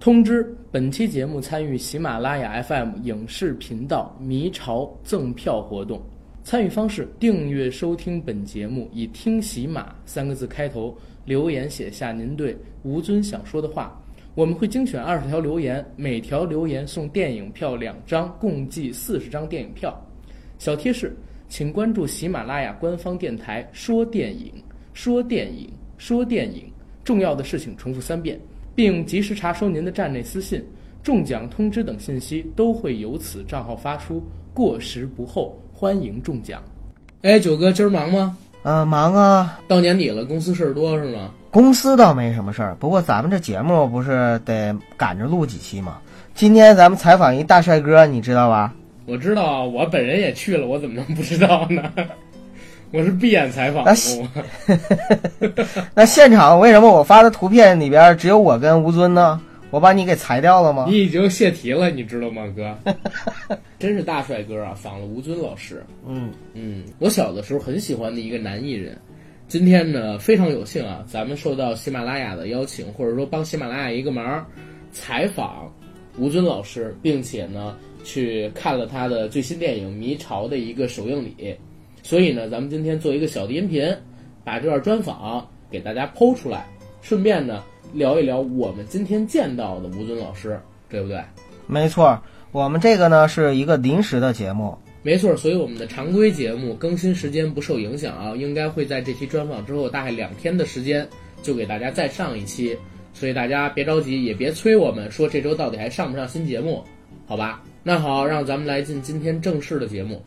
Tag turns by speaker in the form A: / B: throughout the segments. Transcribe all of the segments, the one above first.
A: 通知：本期节目参与喜马拉雅 FM 影视频道“迷潮”赠票活动，参与方式：订阅收听本节目，以“听喜马”三个字开头，留言写下您对吴尊想说的话。我们会精选二十条留言，每条留言送电影票两张，共计四十张电影票。小贴士，请关注喜马拉雅官方电台“说电影”，说电影，说电影，重要的事情重复三遍，并及时查收您的站内私信、中奖通知等信息，都会由此账号发出，过时不候，欢迎中奖。哎，九哥，今儿忙吗？
B: 呃，忙啊，
A: 到年底了，公司事儿多是吗？
B: 公司倒没什么事儿，不过咱们这节目不是得赶着录几期吗？今天咱们采访一大帅哥，你知道吧？
A: 我知道，我本人也去了，我怎么能不知道呢？ 我是闭眼采访
B: 啊是那现场为什么我发的图片里边只有我跟吴尊呢？我把你给裁掉了吗？
A: 你已经泄题了，你知道吗，哥？ 真是大帅哥啊，仿了吴尊老师。
B: 嗯，
A: 嗯，我小的时候很喜欢的一个男艺人，今天呢非常有幸啊，咱们受到喜马拉雅的邀请，或者说帮喜马拉雅一个忙，采访吴尊老师，并且呢去看了他的最新电影《迷巢》的一个首映礼，所以呢，咱们今天做一个小的音频，把这段专访给大家剖出来，顺便呢聊一聊我们今天见到的吴尊老师，对不对？
B: 没错，我们这个呢是一个临时的节目。
A: 没错，所以我们的常规节目更新时间不受影响啊，应该会在这期专访之后大概两天的时间就给大家再上一期，所以大家别着急，也别催我们说这周到底还上不上新节目，好吧？那好，让咱们来进今天正式的节目。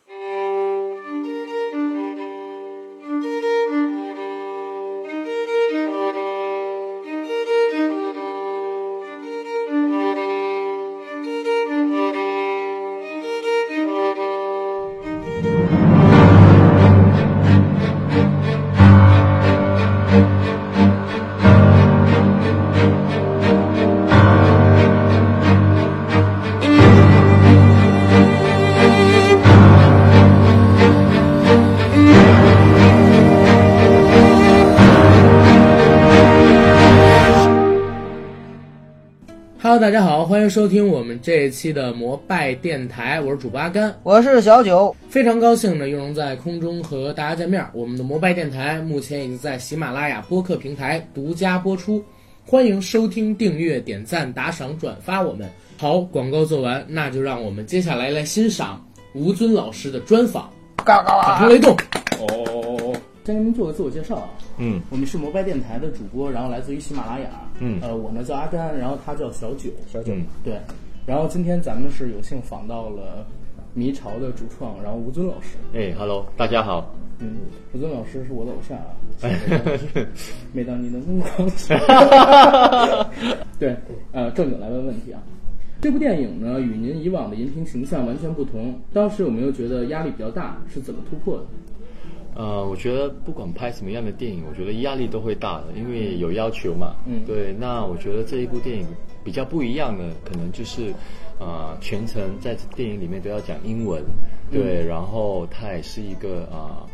A: Hello，大家好，欢迎收听我们这一期的摩拜电台，我是主播阿甘，
B: 我是小九，
A: 非常高兴呢，又能在空中和大家见面。我们的摩拜电台目前已经在喜马拉雅播客平台独家播出，欢迎收听、订阅、点赞、打赏、转发。我们好，广告做完，那就让我们接下来来欣赏吴尊老师的专访，
B: 嘎嘎
A: 掌
B: 啦
A: 声！雷动。哦，
C: 先给您做个自我介绍啊，
D: 嗯，
C: 我们是摩拜电台的主播，然后来自于喜马拉雅，
D: 嗯
C: 呃，我呢叫阿甘，然后他叫小九，小
D: 九嗯
C: 对，然后今天咱们是有幸访到了迷巢的主创，然后吴尊老师，
D: 哎，Hello，大家好。
C: 嗯，吴尊老师是我的偶像啊，
A: 哎
C: 每当你的目光， 对，呃，正经来问问题啊。这部电影呢，与您以往的荧屏形象完全不同。当时有没有觉得压力比较大？是怎么突破的？
D: 呃，我觉得不管拍什么样的电影，我觉得压力都会大的，因为有要求嘛。
C: 嗯
D: 对，那我觉得这一部电影比较不一样的，可能就是，呃，全程在电影里面都要讲英文，对，然后它也是一个啊。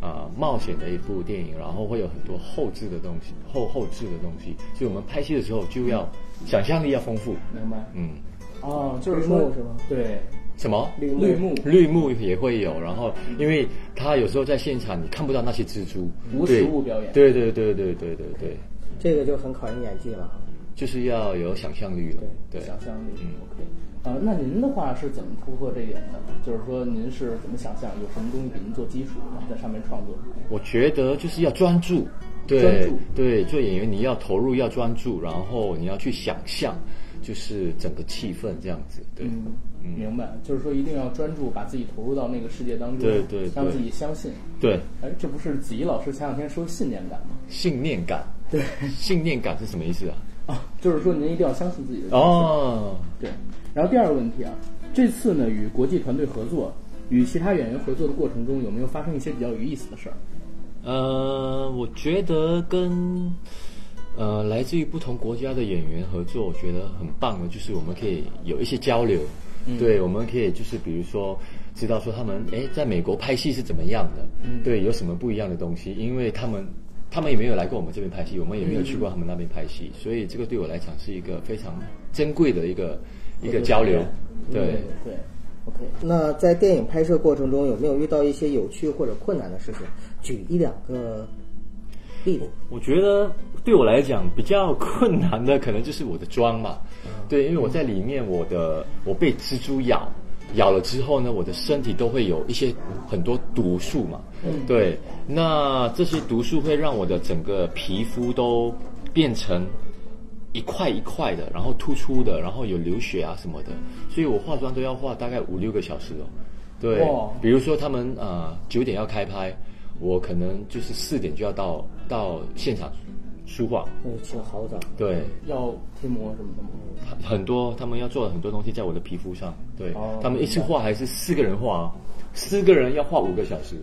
D: 啊、冒险的一部电影，然后会有很多后置的东西，后后置的东西，所以我们拍戏的时候就要想象力要丰富。
C: 明白？
D: 嗯，
C: 哦，就是说，是吗？对，
D: 什么？
C: 绿幕嗯
D: 绿幕也会有，然后因为他有时候在现场你看不到那些蜘蛛，
C: 无
D: 对
C: 实物表演
D: 对对对对对对对，
E: 这个就很考验演技了。
D: 就是要有想象力了。对，
C: 想象力。
D: 嗯
C: OK，呃，那您的话是怎么突破这一点的呢？就是说您是怎么想象有什么东西给您做基础，然后在上面创作？
D: 我觉得就是要专注，
C: 专
D: 对
C: 注
D: 对，做演员你要投入，要专注，然后你要去想象，就是整个气氛这样子。对，嗯
C: 明白，就是说一定要专注，把自己投入到那个世界当中，
D: 对对对
C: 让自己相信。
D: 对，
C: 哎，这不是子怡老师前两天说信念感吗？
D: 信念感，对，信念感是什么意 思啊？
C: 啊，就是说您一定要相信自己的。，
D: 哦，
C: 对。然后第二个问题啊，这次呢与国际团队合作，与其他演员合作的过程中，有没有发生一些比较有意思的事儿？
D: 呃，我觉得跟呃来自于不同国家的演员合作，我觉得很棒的，就是我们可以有一些交流。对，我们可以就是比如说哎知道说他们诶在美国拍戏是怎么样的，对，有什么不一样的东西，因为他们他们也没有来过我们这边拍戏，我们也没有去过他们那边拍戏，所以这个对我来讲是一个非常珍贵的一个一个交流。对，
B: 对，OK。那在电影拍摄过程中，有没有遇到一些有趣或者困难的事情？举一两个例子。
D: 我觉得对我来讲比较困难的，可能就是我的妆吧。对，因为我在里面，我的我被蜘蛛咬，咬了之后呢，我的身体都会有一些很多毒素嘛。对，那这些毒素会让我的整个皮肤都变成一块一块的，然后突出的，然后有流血啊什么的，所以我化妆都要化大概五六个小时哦。对，
C: 哇
D: 比如说他们呃九点要开拍，我可能就是四点就要到到现场梳化。
B: 那就请啊好早。
D: 对，
C: 要贴膜什么的吗？
D: 很很多他们要做的很多东西在我的皮肤上。对，
C: 哦
D: 他们一次画还是四个人画哦，四个人要画五个小时。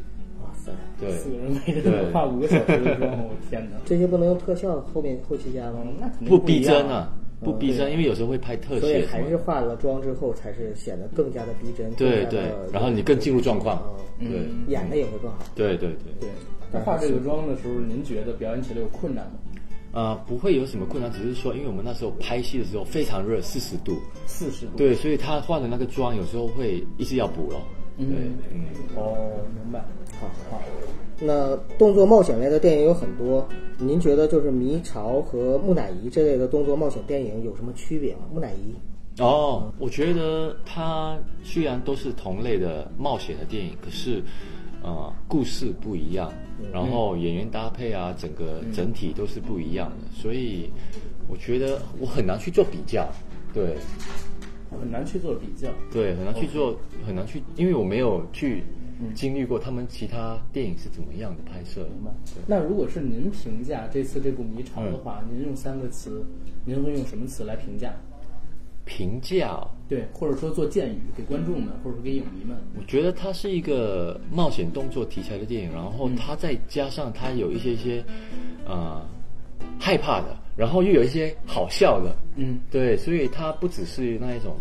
B: 哇塞，
D: 对，
C: 四个人每个人画五个小时的妆，我天哪！嗯
B: 这些不能用特效后面后期加吗？
D: 嗯
C: 那肯定
D: 不
C: 一
D: 逼
C: 样
D: 真啊，不逼真，因为有时候会拍特
B: 所以
D: 写什
B: 还
D: 么
B: 是
D: 的。
B: 化了妆之后，才是显得更加的逼真。
D: 对
B: 更加
D: 对
B: 的，
D: 然后你更进入状况。对
C: 嗯
B: 演的也会更好。
D: 对对对，
C: 对，那化这个妆的时候，您觉得表演起来有困难吗？
D: 啊，不会有什么困难，只是说，因为我们那时候拍戏的时候非常热，四十度。
C: 四十度。
D: 对，所以他化的那个妆有时候会一直要补咯。对，嗯，
C: 哦，明白。
B: 好好。那动作冒险类的电影有很多，您觉得就是《迷巢》和《木乃伊》这类的动作冒险电影有什么区别吗？《木乃伊》
D: 哦，我觉得它虽然都是同类的冒险的电影，可是，呃，故事不一样，
C: 嗯
D: 然后演员搭配啊，整个整体都是不一样的，所以我觉得我很难去做比较，对
C: 很难去做比较。
D: 对，很难去做，很难去，因为我没有去经历过他们其他电影是怎么样的拍摄，
C: 明白。那如果是您评价这次这部《迷巢》的话，
D: 嗯
C: 您用三个词，您会用什么词来评价？
D: 评价哦、
C: 对，或者说做建议给观众们，
D: 嗯
C: 或者说给影迷们。
D: 我觉得它是一个冒险动作题材的电影，然后它再加上它有一些一些，呃，害怕的，然后又有一些好笑的，
C: 嗯，
D: 对，所以它不只是那一种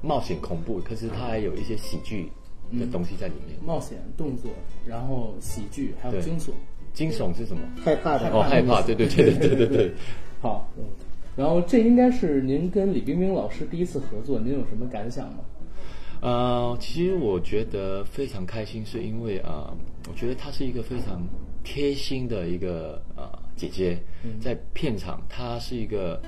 D: 冒险恐怖，可是它还有一些喜剧的东西在里面。
B: 嗯
C: 冒险、动作，然后喜剧，还有
D: 对
C: 惊悚。
D: 惊悚是什么？
B: 害怕的
D: 哦，害怕，对对对对对对对。
C: 好，嗯然后这应该是您跟李冰冰老师第一次合作，您有什么感想吗？
D: 呃，其实我觉得非常开心，是因为啊、呃我觉得她是一个非常贴心的一个呃姐姐，
C: 嗯
D: 在片场她是一个，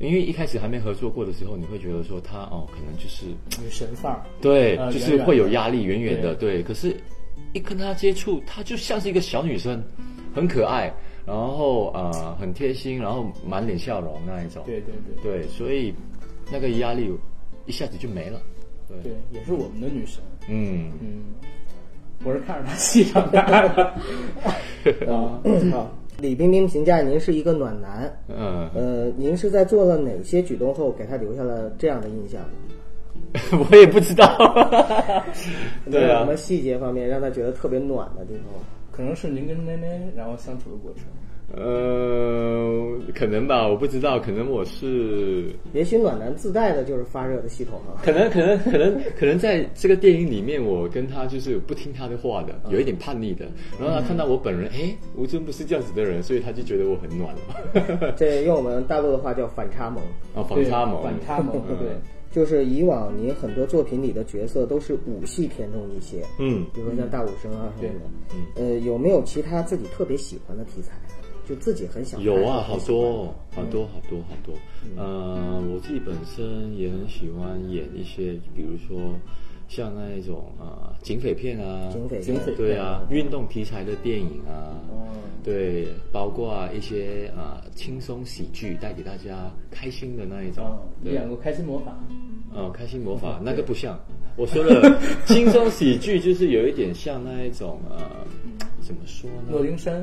D: 因为一开始还没合作过的时候，你会觉得说她哦，可能就是
C: 女神范儿。
D: 对，
C: 呃
D: 就
C: 远
D: 是
C: 远
D: 会有
C: 的
D: 压力，远远的，对。可是，一跟她接触，她就像是一个小女生，很可爱，然后啊、呃很贴心，然后满脸笑容那一种，
C: 对对对
D: 对，所以那个压力一下子就没了，对，
C: 对，也是我们的女神。
D: 嗯。
C: 嗯，我是看着她戏长大的。啊，
B: 好，李冰冰评价您是一个暖男，
D: 嗯，
B: 呃，您是在做了哪些举动后给他留下了这样的印象呢？
D: 我也不知道。 对
B: 有什
D: 啊
B: 么，细节方面让他觉得特别暖的地方？
C: 可能是您跟妹妹然后相处的过程。
D: 呃，可能吧，我不知道，可能我是，
B: 也许暖男自带的就是发热的系统啊。
D: 可能可能可能可能在这个电影里面，我跟他就是不听他的话的，有一点叛逆的。然后他看到我本人，哎，吴尊不是这样子的人，所以他就觉得我很暖 了。
B: 这用我们大陆的话叫反差萌，
D: 啊，反差萌，
C: 反差萌，对。
B: 就是以往您很多作品里的角色都是武戏偏重一些，
D: 嗯，
B: 比如说像大武生啊什么的。呃，有没有其他自己特别喜欢的题材？就自己很想
D: 有啊，
B: 拍
D: 好多哦，好多好多好多。呃，我自己本身也很喜欢演一些，比如说像那一种啊、呃警匪片啊，
B: 警匪
C: 警匪
D: 对啊，运动题材的电影啊，对，包括啊一些啊、呃轻松喜剧，带给大家开心的那一种。
C: 啊，你
D: 对，
C: 演过《开心魔法》
D: 哦，开心魔法那个不像，我说了，轻松喜剧就是有一点像那一种呃，怎么说
C: 《诺
D: 呢？
C: 丁山》，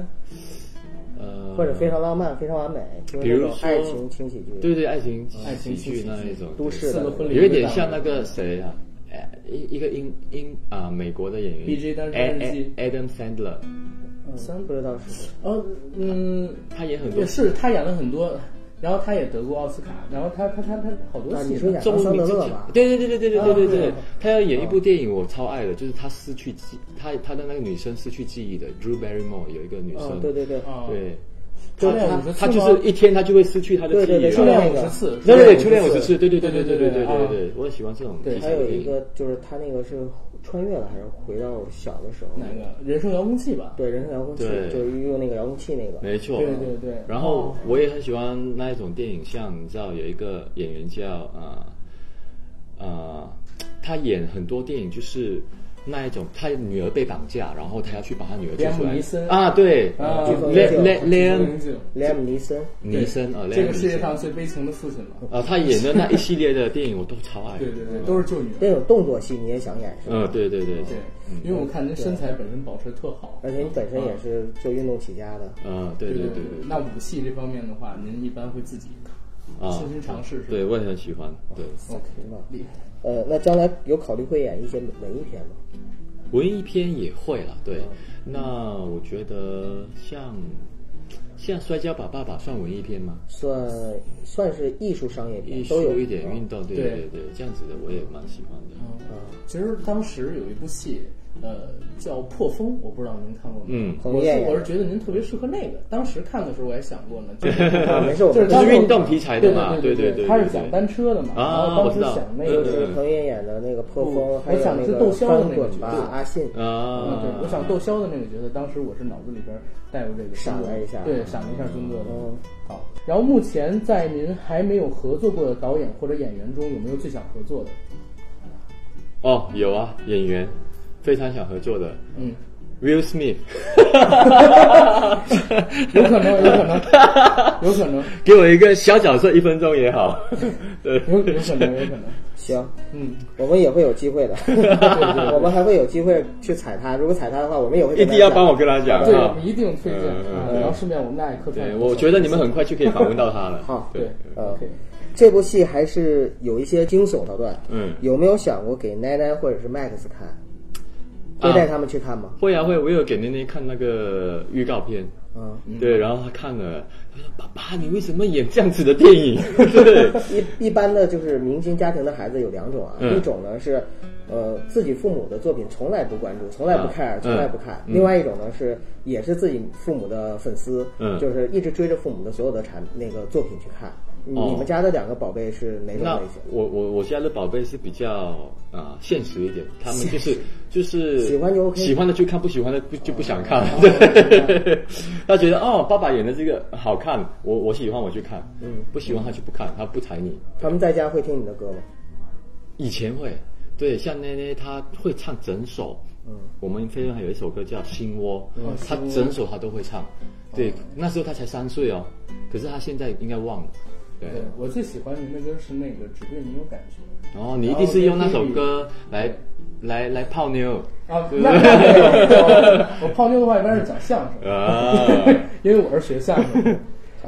D: 呃，
B: 或者非常浪漫、非常完美，就
D: 比
B: 是那
D: 如
B: 种
D: 说
B: 爱情轻喜剧。
D: 对对，爱情
C: 爱情
D: 喜剧那一种，
B: 都市
C: 四个
B: 的
C: 婚礼，
D: 有一点像那个谁啊，哎一一个英英啊美国的演员
C: BJ 单身日记
D: A- A- Adam Sandler，
B: 嗯，不知道是谁。
C: 哦，嗯，
D: 他也很多
C: 也是他演了很多然后他也得过奥斯卡，然后他他他他好多
E: 啊你
C: 戏呢
E: 说亚
D: 这
E: 当
D: 部
E: 桑德
D: 名字
E: 勒
D: 叫
E: 吧？
D: 对对对对对对对对对
C: 啊，
D: 他要演一部电影，我超爱的，就是他失去记，他他的那个女生失去记忆的 Drew Barrymore 有一个女
E: 嗯
D: 生，，
E: 对对对，
C: 啊，
D: 对，
C: 初
D: 他
C: 恋
D: 他
C: 五十次
D: 他就
C: 吗
D: 是一天他就会失去他的
E: 对
D: 记
E: 对
D: 忆，
E: 对
D: 然
C: 初
D: 后
C: 恋
E: 那
C: 五
E: 个
C: 十次，
D: 对对对，初
E: 初
D: 恋
E: 恋
D: 五
E: 五
D: 十
E: 十
D: 次，
E: 次
D: 对对对对对
C: 对
D: 对
C: 对
D: 对
C: 对
D: 对
C: 啊
D: 对，我喜欢这种
E: 对，
D: 题
E: 还
D: 材的
E: 有
D: 电
E: 一
D: 影。
E: 个就是他那个是穿越了，还是回到小的时候？
C: 哪个人生遥控器吧？
E: 对，人生遥控器
D: 对
E: 就是用那个遥控器那个。
D: 没错，
C: 对对对
D: 然后我也很喜欢那一种电影，像你知道有一个演员叫啊啊、呃呃，他演很多电影就是那一种，他女儿被绑架，然后他要去把他女儿救出
C: 连姆
D: 来
C: 尼森
D: 啊，对，
C: 啊
D: 就
E: 这个
D: 雷
E: 叫
D: 雷雷
C: 这个
D: 恩
C: 名字
E: 莱姆尼森，
D: 尼森啊，雷
C: 这
D: 恩
C: 个
D: 尼
C: 世界
D: 森
C: 上最悲情的父亲嘛。
D: 啊，他演的那一系列的电影我都超爱，
C: 对对对，都是救女儿。
E: 那种动作戏你也想演是吧？
D: 嗯，对对对
C: 对，因为我看您身材本身保持特好，
E: 而且你本身也是做运动起家的，
D: 嗯，对对
C: 对
D: 对
C: 对
D: 对，
C: 那武戏这方面的话，您一般会自己
D: 啊
C: 亲身尝试是吧？
D: 对我也很喜欢，对
C: OK，
E: 是吧？
C: 厉害。
E: 呃，那将来有考虑会演一些文艺片吗？
D: 文艺片也会啦，对。
C: 嗯
D: 那我觉得像像《摔跤吧，爸爸》算文艺片吗？
E: 算算是艺术商
C: 哦
E: 业
D: 艺
E: 片，都有
D: 术一点，运动，对
C: 对
D: 对对对，这样子的我也蛮喜欢的。
E: 啊，
C: 嗯其实当时有一部戏，呃，叫《破风》，我不知道您看过没？
D: 嗯
C: 我
E: 彭于
C: 是
E: 晏演
C: 我是
E: 的
C: 觉得您特别适合那个。当时看的时候我也想过呢， 就
E: 啊没
C: 是
E: 事我
C: 就是
E: 们
D: 这是
C: 当时
D: 运动题材的嘛？
C: 对
D: 对
C: 对，
D: 对，
C: 他是讲单车的嘛，然
D: 啊
C: 后
D: 我
C: 当时
D: 知道
C: 想那
D: 对
C: 个
E: 就
D: 对
E: 是
D: 对
E: 彭于晏演的那个破
C: 我
E: 风，还有
C: 想
E: 那
C: 是
E: 个
C: 窦骁的
E: 翻
C: 那
E: 滚
C: 个
E: 吧
C: 剧
E: 阿信，
C: 啊，对，我
D: 啊，
C: 想窦骁的那个角色，当时我是脑子里边带有这个
E: 闪了一下啊
C: 对，闪了一下尊哥的。
E: 嗯
C: 好，然后目前在您还没有合作过的导演或者演员中，有没有最想合作的？
D: 哦，有啊，演员非常想合作的
C: 嗯，
D: Will Smith，
C: 有可能，有可能，有可能，
D: 给我一个小角色，一分钟也 好。对，
C: 有有可能，有可能。
E: 行，
C: 嗯，
E: 我们也会有机会的， 我们还会有机会去踩他。如果踩他的话，我们也会
D: 一定要帮我跟
E: 他
D: 他讲
C: 对，我
D: 啊
C: 们。一定推荐
D: 嗯
C: 啊。
D: 嗯
C: 然后顺便我们俩也客串一
D: 对，
C: 下。
D: 我觉得你们很快就可以访问到 他了。
E: 好
D: 对，
E: 讲。呃
C: OK，
E: 这部戏还是有一些惊悚桥段，
D: 嗯
E: 有没有想过给奶奶或者是 Max 看？会
D: 啊
E: 带他们去看吗？
D: 会啊会，我有给妮妮看那个预告片。
E: 嗯，
D: 对，然后他看了，他说：“爸爸，你为什么演这样子的电影？” 对，
E: 一一般的就是明星家庭的孩子有两种啊，
D: 嗯
E: 一种呢是，呃，自己父母的作品从来不关注，从来不
D: 啊
E: care，、
D: 嗯
E: 从来不看；
D: 嗯
E: 另外一种呢是也是自己父母的粉丝，
D: 嗯
E: 就是一直追着父母的所有的产那个作品去看。你
D: 哦
E: 你们家的两个宝贝是哪种
D: 那
E: 类型？
D: 我我我家的宝贝是比较啊、现实一点，他们就是就是
E: 喜欢就 OK 哦
D: 喜欢的去看，不喜欢的不就不想看。对， 他觉得哦，爸爸演的这个好看，我我喜欢我去看，嗯，不喜欢他就不看，他不睬你。
E: 他们在家会听你的歌吗？
D: 以前会，对，像奈奈她会唱整首，嗯，我们飞轮海有一首歌叫《心窝》，哦她整首她都会唱，对，那时候她才三岁哦，可是她现在应该忘了，对，
C: 对我最喜欢您的歌是那个《只对你有感觉》。
D: 然后你一定是用那首歌来来来泡 妞
C: 啊，那那没有没有我泡妞的话一般是讲相声，
D: 啊，
C: 因为我是学相 声的。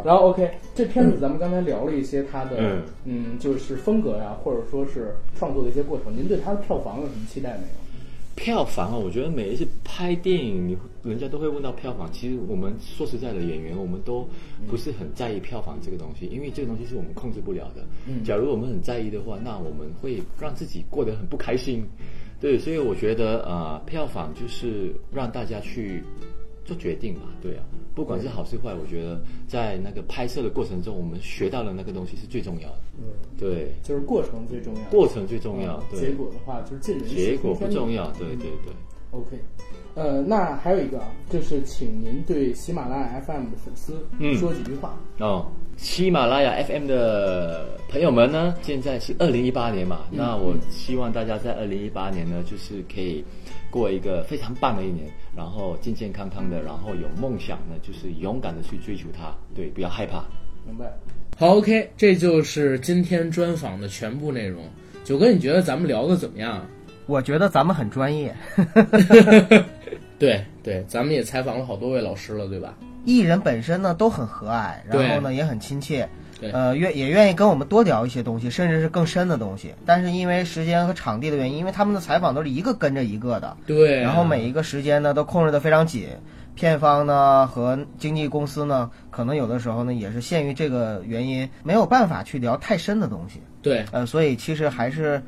C: 然后 OK，这片子咱们刚才聊了一些它的
D: 嗯
C: 嗯，就是风格呀、或者说是创作的一些过程。您对它的票房有什么期待没有？
D: 票房啊，我觉得每一次拍电影，你人家都会问到票房。其实我们说实在的，演员我们都不是很在意票房这个东西，因为这个东西是我们控制不了的。假如我们很在意的话，那我们会让自己过得很不开心。对，所以我觉得啊、呃票房就是让大家去做决定嘛，对啊，不管是好是坏，我觉得在那个拍摄的过程中，我们学到的那个东西是最重要的。对，
C: 就是过程最重要，
D: 过程最重要，
C: 结
D: 对，
C: 果的话就是尽人事
D: 结果不重
C: 要。
D: 要，对对对。
C: OK，呃，那还有一个啊，就是请您对喜马拉雅 FM 的粉丝
D: 嗯
C: 说几句话。
D: 哦，喜马拉雅 FM 的朋友们呢，现在是二零一八年嘛，那我希望大家在二零一八年呢，就是可以过一个非常棒的一年，然后健健康康的，然后有梦想呢，就是勇敢的去追求它，对，不要害怕。
C: 明白？
A: 好，OK，这就是今天专访的全部内容。九哥，你觉得咱们聊的怎么 样？
B: 我觉得咱们很专业，
A: 对对，咱们也采访了好多位老师了，对吧？
B: 艺人本身呢都很和蔼，然后呢也很亲切
A: 对，
B: 呃，愿也愿意跟我们多聊一些东西，甚至是更深的东西。但是因为时间和场地的原因，因为他们的采访都是一个跟着一个的，
A: 对啊、
B: 然后每一个时间呢都控制的非常紧。片方呢和经纪公司呢，可能有的时候呢也是限于这个原因，没有办法去聊太深的东西。
C: 对，
B: 呃，所以其实还是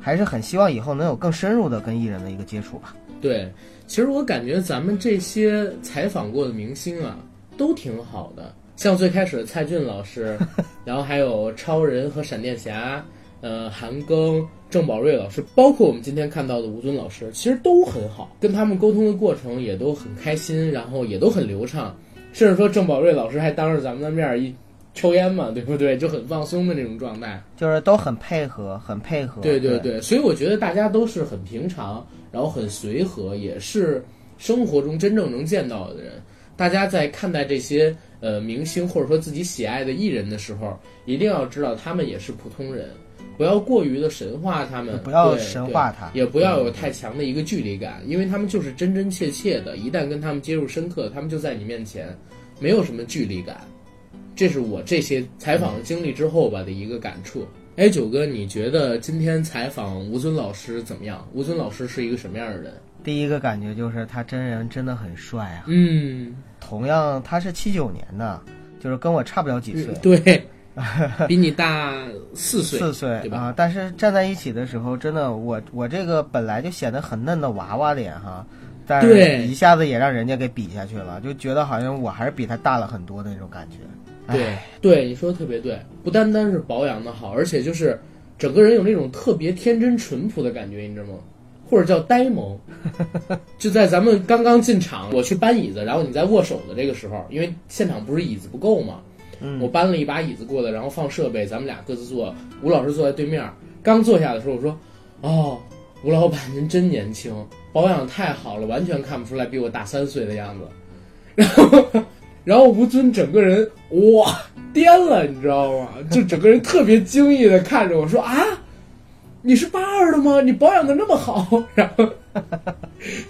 B: 还是很希望以后能有更深入的跟艺人的一个接触吧。
C: 对，其实我感觉咱们这些采访过的明星啊，都挺好的。像最开始的蔡骏 老师，然后还有超人和闪电侠，呃，韩庚、郑宝瑞老师，包括我们今天看到的吴尊老师，其实都很好，跟他们沟通的过程也都很开心，然后也都很流畅，甚至说郑宝瑞老师还当着咱们的面儿一抽烟嘛，对不对？就很放松的那种状态。
B: 就是都很配合，很配合。
C: 对
B: 对
C: 对，对，所以我觉得大家都是很平常，然后很随和，也是生活中真正能见到的人。大家在看待这些呃明星或者说自己喜爱的艺人的时候，一定要知道他们也是普通人，不要过于的神化他们，
B: 不要
C: 对
B: 神
C: 对
B: 化他
C: 也不要有
B: 嗯
C: 太强的一个距离感，因为他们就是真真切切的，一旦跟他们接触深刻，他们就在你面前，
B: 嗯
C: 没有什么距离感。这是我这些采访经历之后吧的一个感触。哎，九哥，你觉得今天采访吴尊老师怎么样？吴尊老师是一个什么样的人？
B: 第一个感觉就是他真人真的很帅啊。
C: 嗯，
B: 同样，他是七九年的，就是跟我差不了几岁，
C: 嗯 对，比你大四岁，
B: 四岁
C: 对吧？
B: 啊。但是站在一起的时候，真的我我这个本来就显得很嫩的娃娃脸哈，但是
C: 对
B: 一下子也让人家给比下去了，就觉得好像我还是比他大了很多的那种感觉。哎
C: 对对，你说的特别对，不单单是保养的好，而且就是整个人有那种特别天真淳朴的感觉，你知道吗？或者叫呆萌，就在咱们刚刚进场，我去搬椅子，然后你在握手的这个时候，因为现场不是椅子不够嘛，
B: 嗯
C: 我搬了一把椅子过来，然后放设备，咱们俩各自坐，吴老师坐在对面，刚坐下的时候我说，哦，吴老板您真年轻，保养太好了，完全看不出来比我大三岁的样子，然后。然后吴尊整个人哇颠了，你知道吗？就整个人特别惊异的看着我说啊，你是八二的吗？你保养的那么好？ 然后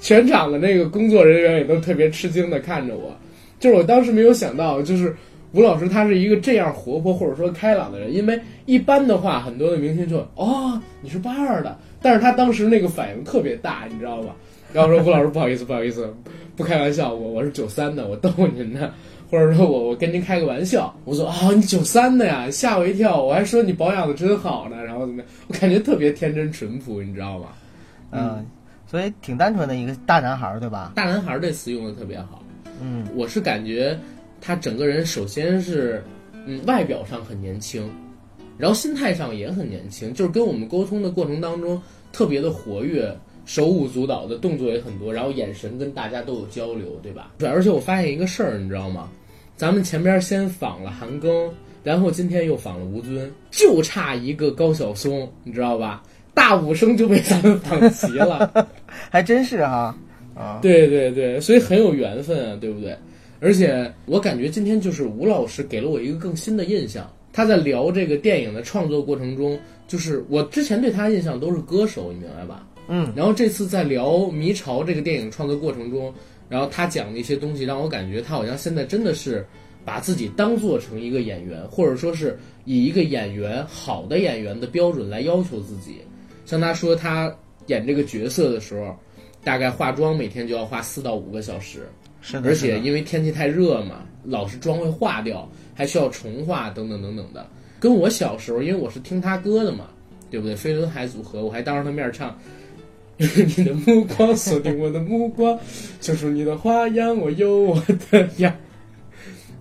C: 全场的那个工作人员也都特别吃惊的看着我，就是我当时没有想到，就是吴老师他是一个这样活泼或者说开朗的人，因为一般的话很多的明星就哦你是八二的，但是他当时那个反应特别大，你知道吗？然后说吴老师不好意思不好意思，不开玩笑，我我是九三的，我逗您呢。或者说我我跟您开个玩笑，我说啊、你九三的呀，吓我一跳，我还说你保养的真好呢，然后怎么样？我感觉特别天真淳朴，你知道吗？
B: 嗯、所以挺单纯的一个大男孩儿，对吧？
C: 大男孩儿这词用的特别好，
B: 嗯，
C: 我是感觉他整个人首先是，嗯，外表上很年轻，然后心态上也很年轻，就是跟我们沟通的过程当中特别的活跃，手舞足蹈的动作也很多，然后眼神跟大家都有交流，对吧？对，而且我发现一个事儿，你知道吗？咱们前边先访了韩庚，然后今天又访了吴尊，就差一个高晓松，你知道吧？大武生就被咱们访齐了。
B: 还真是哈，啊，
C: 对对对，所以很有缘分啊，对不对？而且我感觉今天就是吴老师给了我一个更新的印象。他在聊这个电影的创作过程中，就是我之前对他的印象都是歌手，你明白吧？
B: 嗯，
C: 然后这次在聊《迷巢》这个电影创作过程中，然后他讲的一些东西，让我感觉他好像现在真的是把自己当做成一个演员，或者说是以一个演员好的演员的标准来要求自己。像他说他演这个角色的时候，大概化妆每天就要花四到五个小时，
B: 是的，
C: 而
B: 是
C: 且
B: 的
C: 因为天气太热嘛，老是妆会化掉，还需要重化等等等等的。跟我小时候，因为我是听他歌的嘛，对不对？飞轮海组合，我还当着他面唱。 你的目光锁定我的目光，揪出你的花样，我有我的样。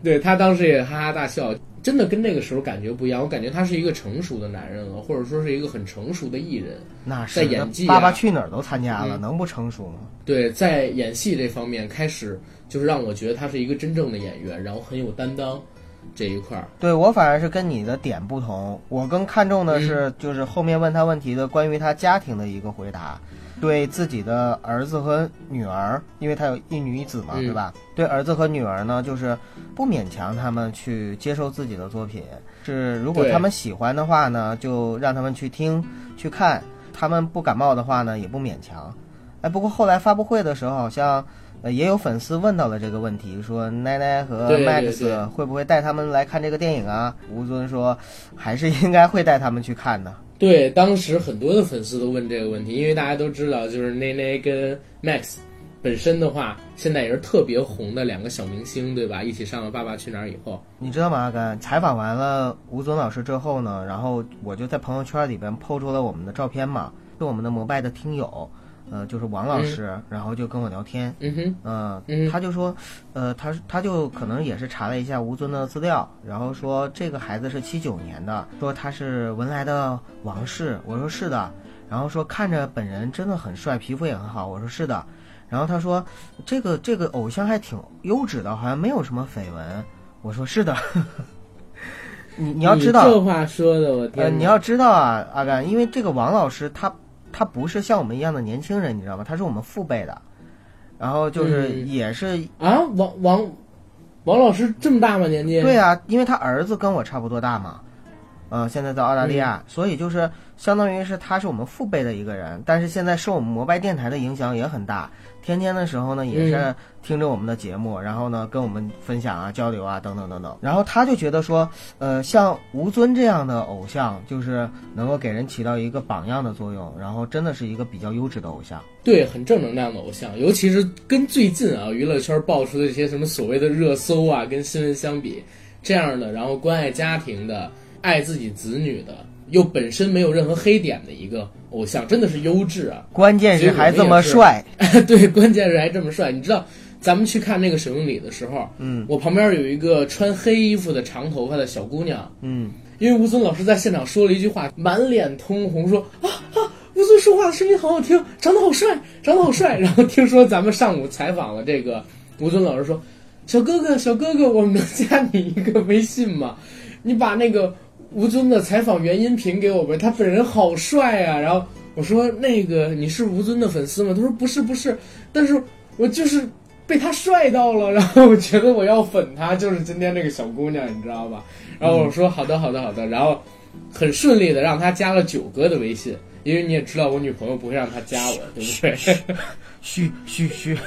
C: 对他当时也哈哈大笑，真的跟那个时候感觉不一样。我感觉他是一个成熟的男人了，或者说是一个很成熟的艺人。
B: 那是
C: 在演技啊
B: 爸爸去哪儿都参加了，能不成熟吗？
C: 对，在演戏这方面开始，就是让我觉得他是一个真正的演员，然后很有担当这一块儿。
B: 对我反而是跟你的点不同，我更看重
C: 嗯
B: 的是就是后面问他问题的关于他家庭的一个回答，对自己的儿子和女儿，因为他有一女一子嘛，
C: 嗯
B: 对吧？对儿子和女儿呢，就是不勉强他们去接受自己的作品，是如果
C: 对
B: 他们喜欢的话呢，就让他们去听去看，他们不感冒的话呢，也不勉强。哎，不过后来发布会的时候，好像呃也有粉丝问到了这个问题，说奶奶和
C: 对对
B: Max
C: 对
B: 会不会带他们来看这个电影啊？吴尊说，还是应该会带他们去看的。
C: 对，当时很多的粉丝都问这个问题，因为大家都知道，就是奈奈跟 Max 本
A: 本身的话，现在也是特别红的两个小明星，对吧？一起上了《爸爸去哪儿》以后，
B: 你知道吗？阿甘采访完了吴尊老师之后呢，然后我就在朋友圈里边抛出了我们的照片嘛，是我们的摩拜的听友，呃，就是王
C: 嗯
B: 老师，然后就跟我聊天，
A: 嗯哼，
B: 呃
A: 嗯
B: 他就说，呃，他他就可能也是查了一下吴尊的资料，然后说这个孩子是七九年的，说他是文莱的王室，我说是的，然后说看着本人真的很帅，皮肤也很好，我说是的，然后他说这个这个偶像还挺优质的，好像没有什么绯闻，我说是的， 你你
A: 你
B: 要知道，
A: 这话说的，我天
B: 呃，
A: 哪、
B: 你要知道啊，阿甘，因为这个王老师他他不是像我们一样的年轻人，你知道吗？他是我们父辈的，然后就是
A: 嗯
B: 也是、
A: 啊，王王王老师这么大吗？年纪？
B: 对啊，因为他儿子跟我差不多大嘛，呃，现在在澳大利亚，所以就是相当于是他是我们父辈的一个人，但是现在受我们摩拜电台的影响也很大，天天的时候呢也是听着我们的节目，然后呢跟我们分享啊、交流啊等等等等，然后他就觉得说，呃，像吴尊这样的偶像，就是能够给人起到一个榜样的作用，然后真的是一个比较优质的偶像。
A: 对，很正能量的偶像，尤其是跟最近啊娱乐圈爆出的这些什么所谓的热搜啊，跟新闻相比，这样的，然后关爱家庭的、爱自己子女的，又本身没有任何黑点的一个偶像，真的是优质啊！
B: 关键是还这么
A: 所以我
B: 帅，
A: 对，关键是还这么帅。你知道，咱们去看那个《水梦里》的时候，嗯，我旁边有一个穿黑衣服的长头发的小姑娘，
B: 嗯，
A: 因为吴尊老师在现场说了一句话，满脸通红说啊啊，吴尊说话声音好好听，长得好帅，长得好帅。然后听说咱们上午采访了这个吴尊老师说，小哥哥，小哥哥，我们能加你一个微信吗？你把那个吴尊的采访原音频给我们，他本人好帅啊。然后我说那个你是吴尊的粉丝吗？他说不是不是，但是我就是被他帅到了，然后我觉得我要粉他，就是今天这个小姑娘，你知道吧？然后我说好的好的好的，然后很顺利的让他加了九哥的微信。因为你也知道，我女朋友不会让他加我，对不对？
B: 嘘嘘嘘，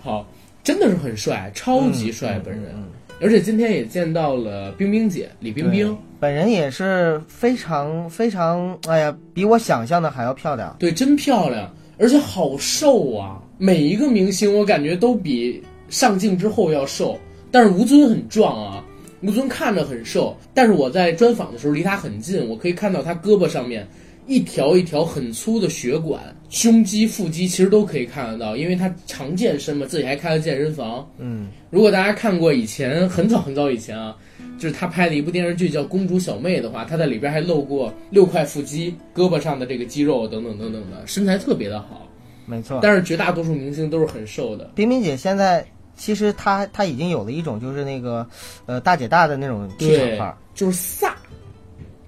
A: 好，真的是很帅，超级帅本人，而且今天也见到了冰冰姐李冰冰，
B: 本人也是非常非常，哎呀，比我想象的还要漂亮。
A: 对，真漂亮，而且好瘦啊！每一个明星我感觉都比上镜之后要瘦，但是吴尊很壮啊。吴尊看着很瘦，但是我在专访的时候离他很近，我可以看到他胳膊上面一条一条很粗的血管，胸肌、腹肌其实都可以看得到，因为他常健身嘛，自己还开了健身房。
B: 嗯，
A: 如果大家看过以前很早很早以前啊，就是他拍的一部电视剧叫《公主小妹》的话，他在里边还露过六块腹肌、胳膊上的这个肌肉等等等等的，身材特别的好。
B: 没错。
A: 但是绝大多数明星都是很瘦的，
B: 冰冰姐现在其实她她已经有了一种就是那个呃大姐大的那种气场
A: 对
B: 范儿，，
A: 就是飒，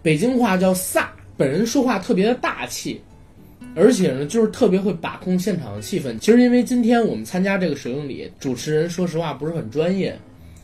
A: 北京话叫飒，本人说话特别的大气。而且呢，就是特别会把控现场的气氛。其实，因为今天我们参加这个首映礼，主持人说实话不是很专业，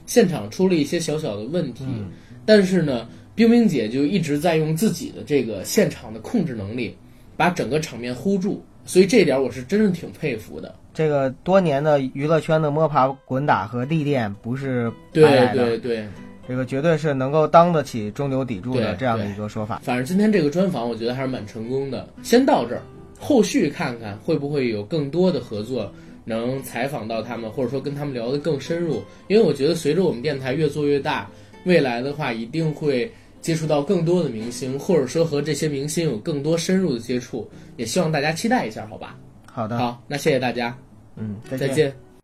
A: 现场出了一些小小的问题。
B: 嗯
A: 但是呢，冰冰姐就一直在用自己的这个现场的控制能力，把整个场面 hold 住。所以这一点我是真是挺佩服的。
B: 这个多年的娱乐圈的摸爬滚打和历练不是白
A: 对
B: 来的，
A: 对对，
B: 这个绝对是能够当得起中流砥柱的
A: 对
B: 这样的一个说法。
A: 啊反正今天这个专访，我觉得还是蛮成功的。先到这儿，后续看看会不会有更多的合作，能采访到他们，或者说跟他们聊得更深入。因为我觉得随着我们电台越做越大，未来的话一定会接触到更多的明星，或者说和这些明星有更多深入的接触。也希望大家期待一下，好吧？
B: 好的，
A: 好，那谢谢大家，
B: 嗯，
A: 再见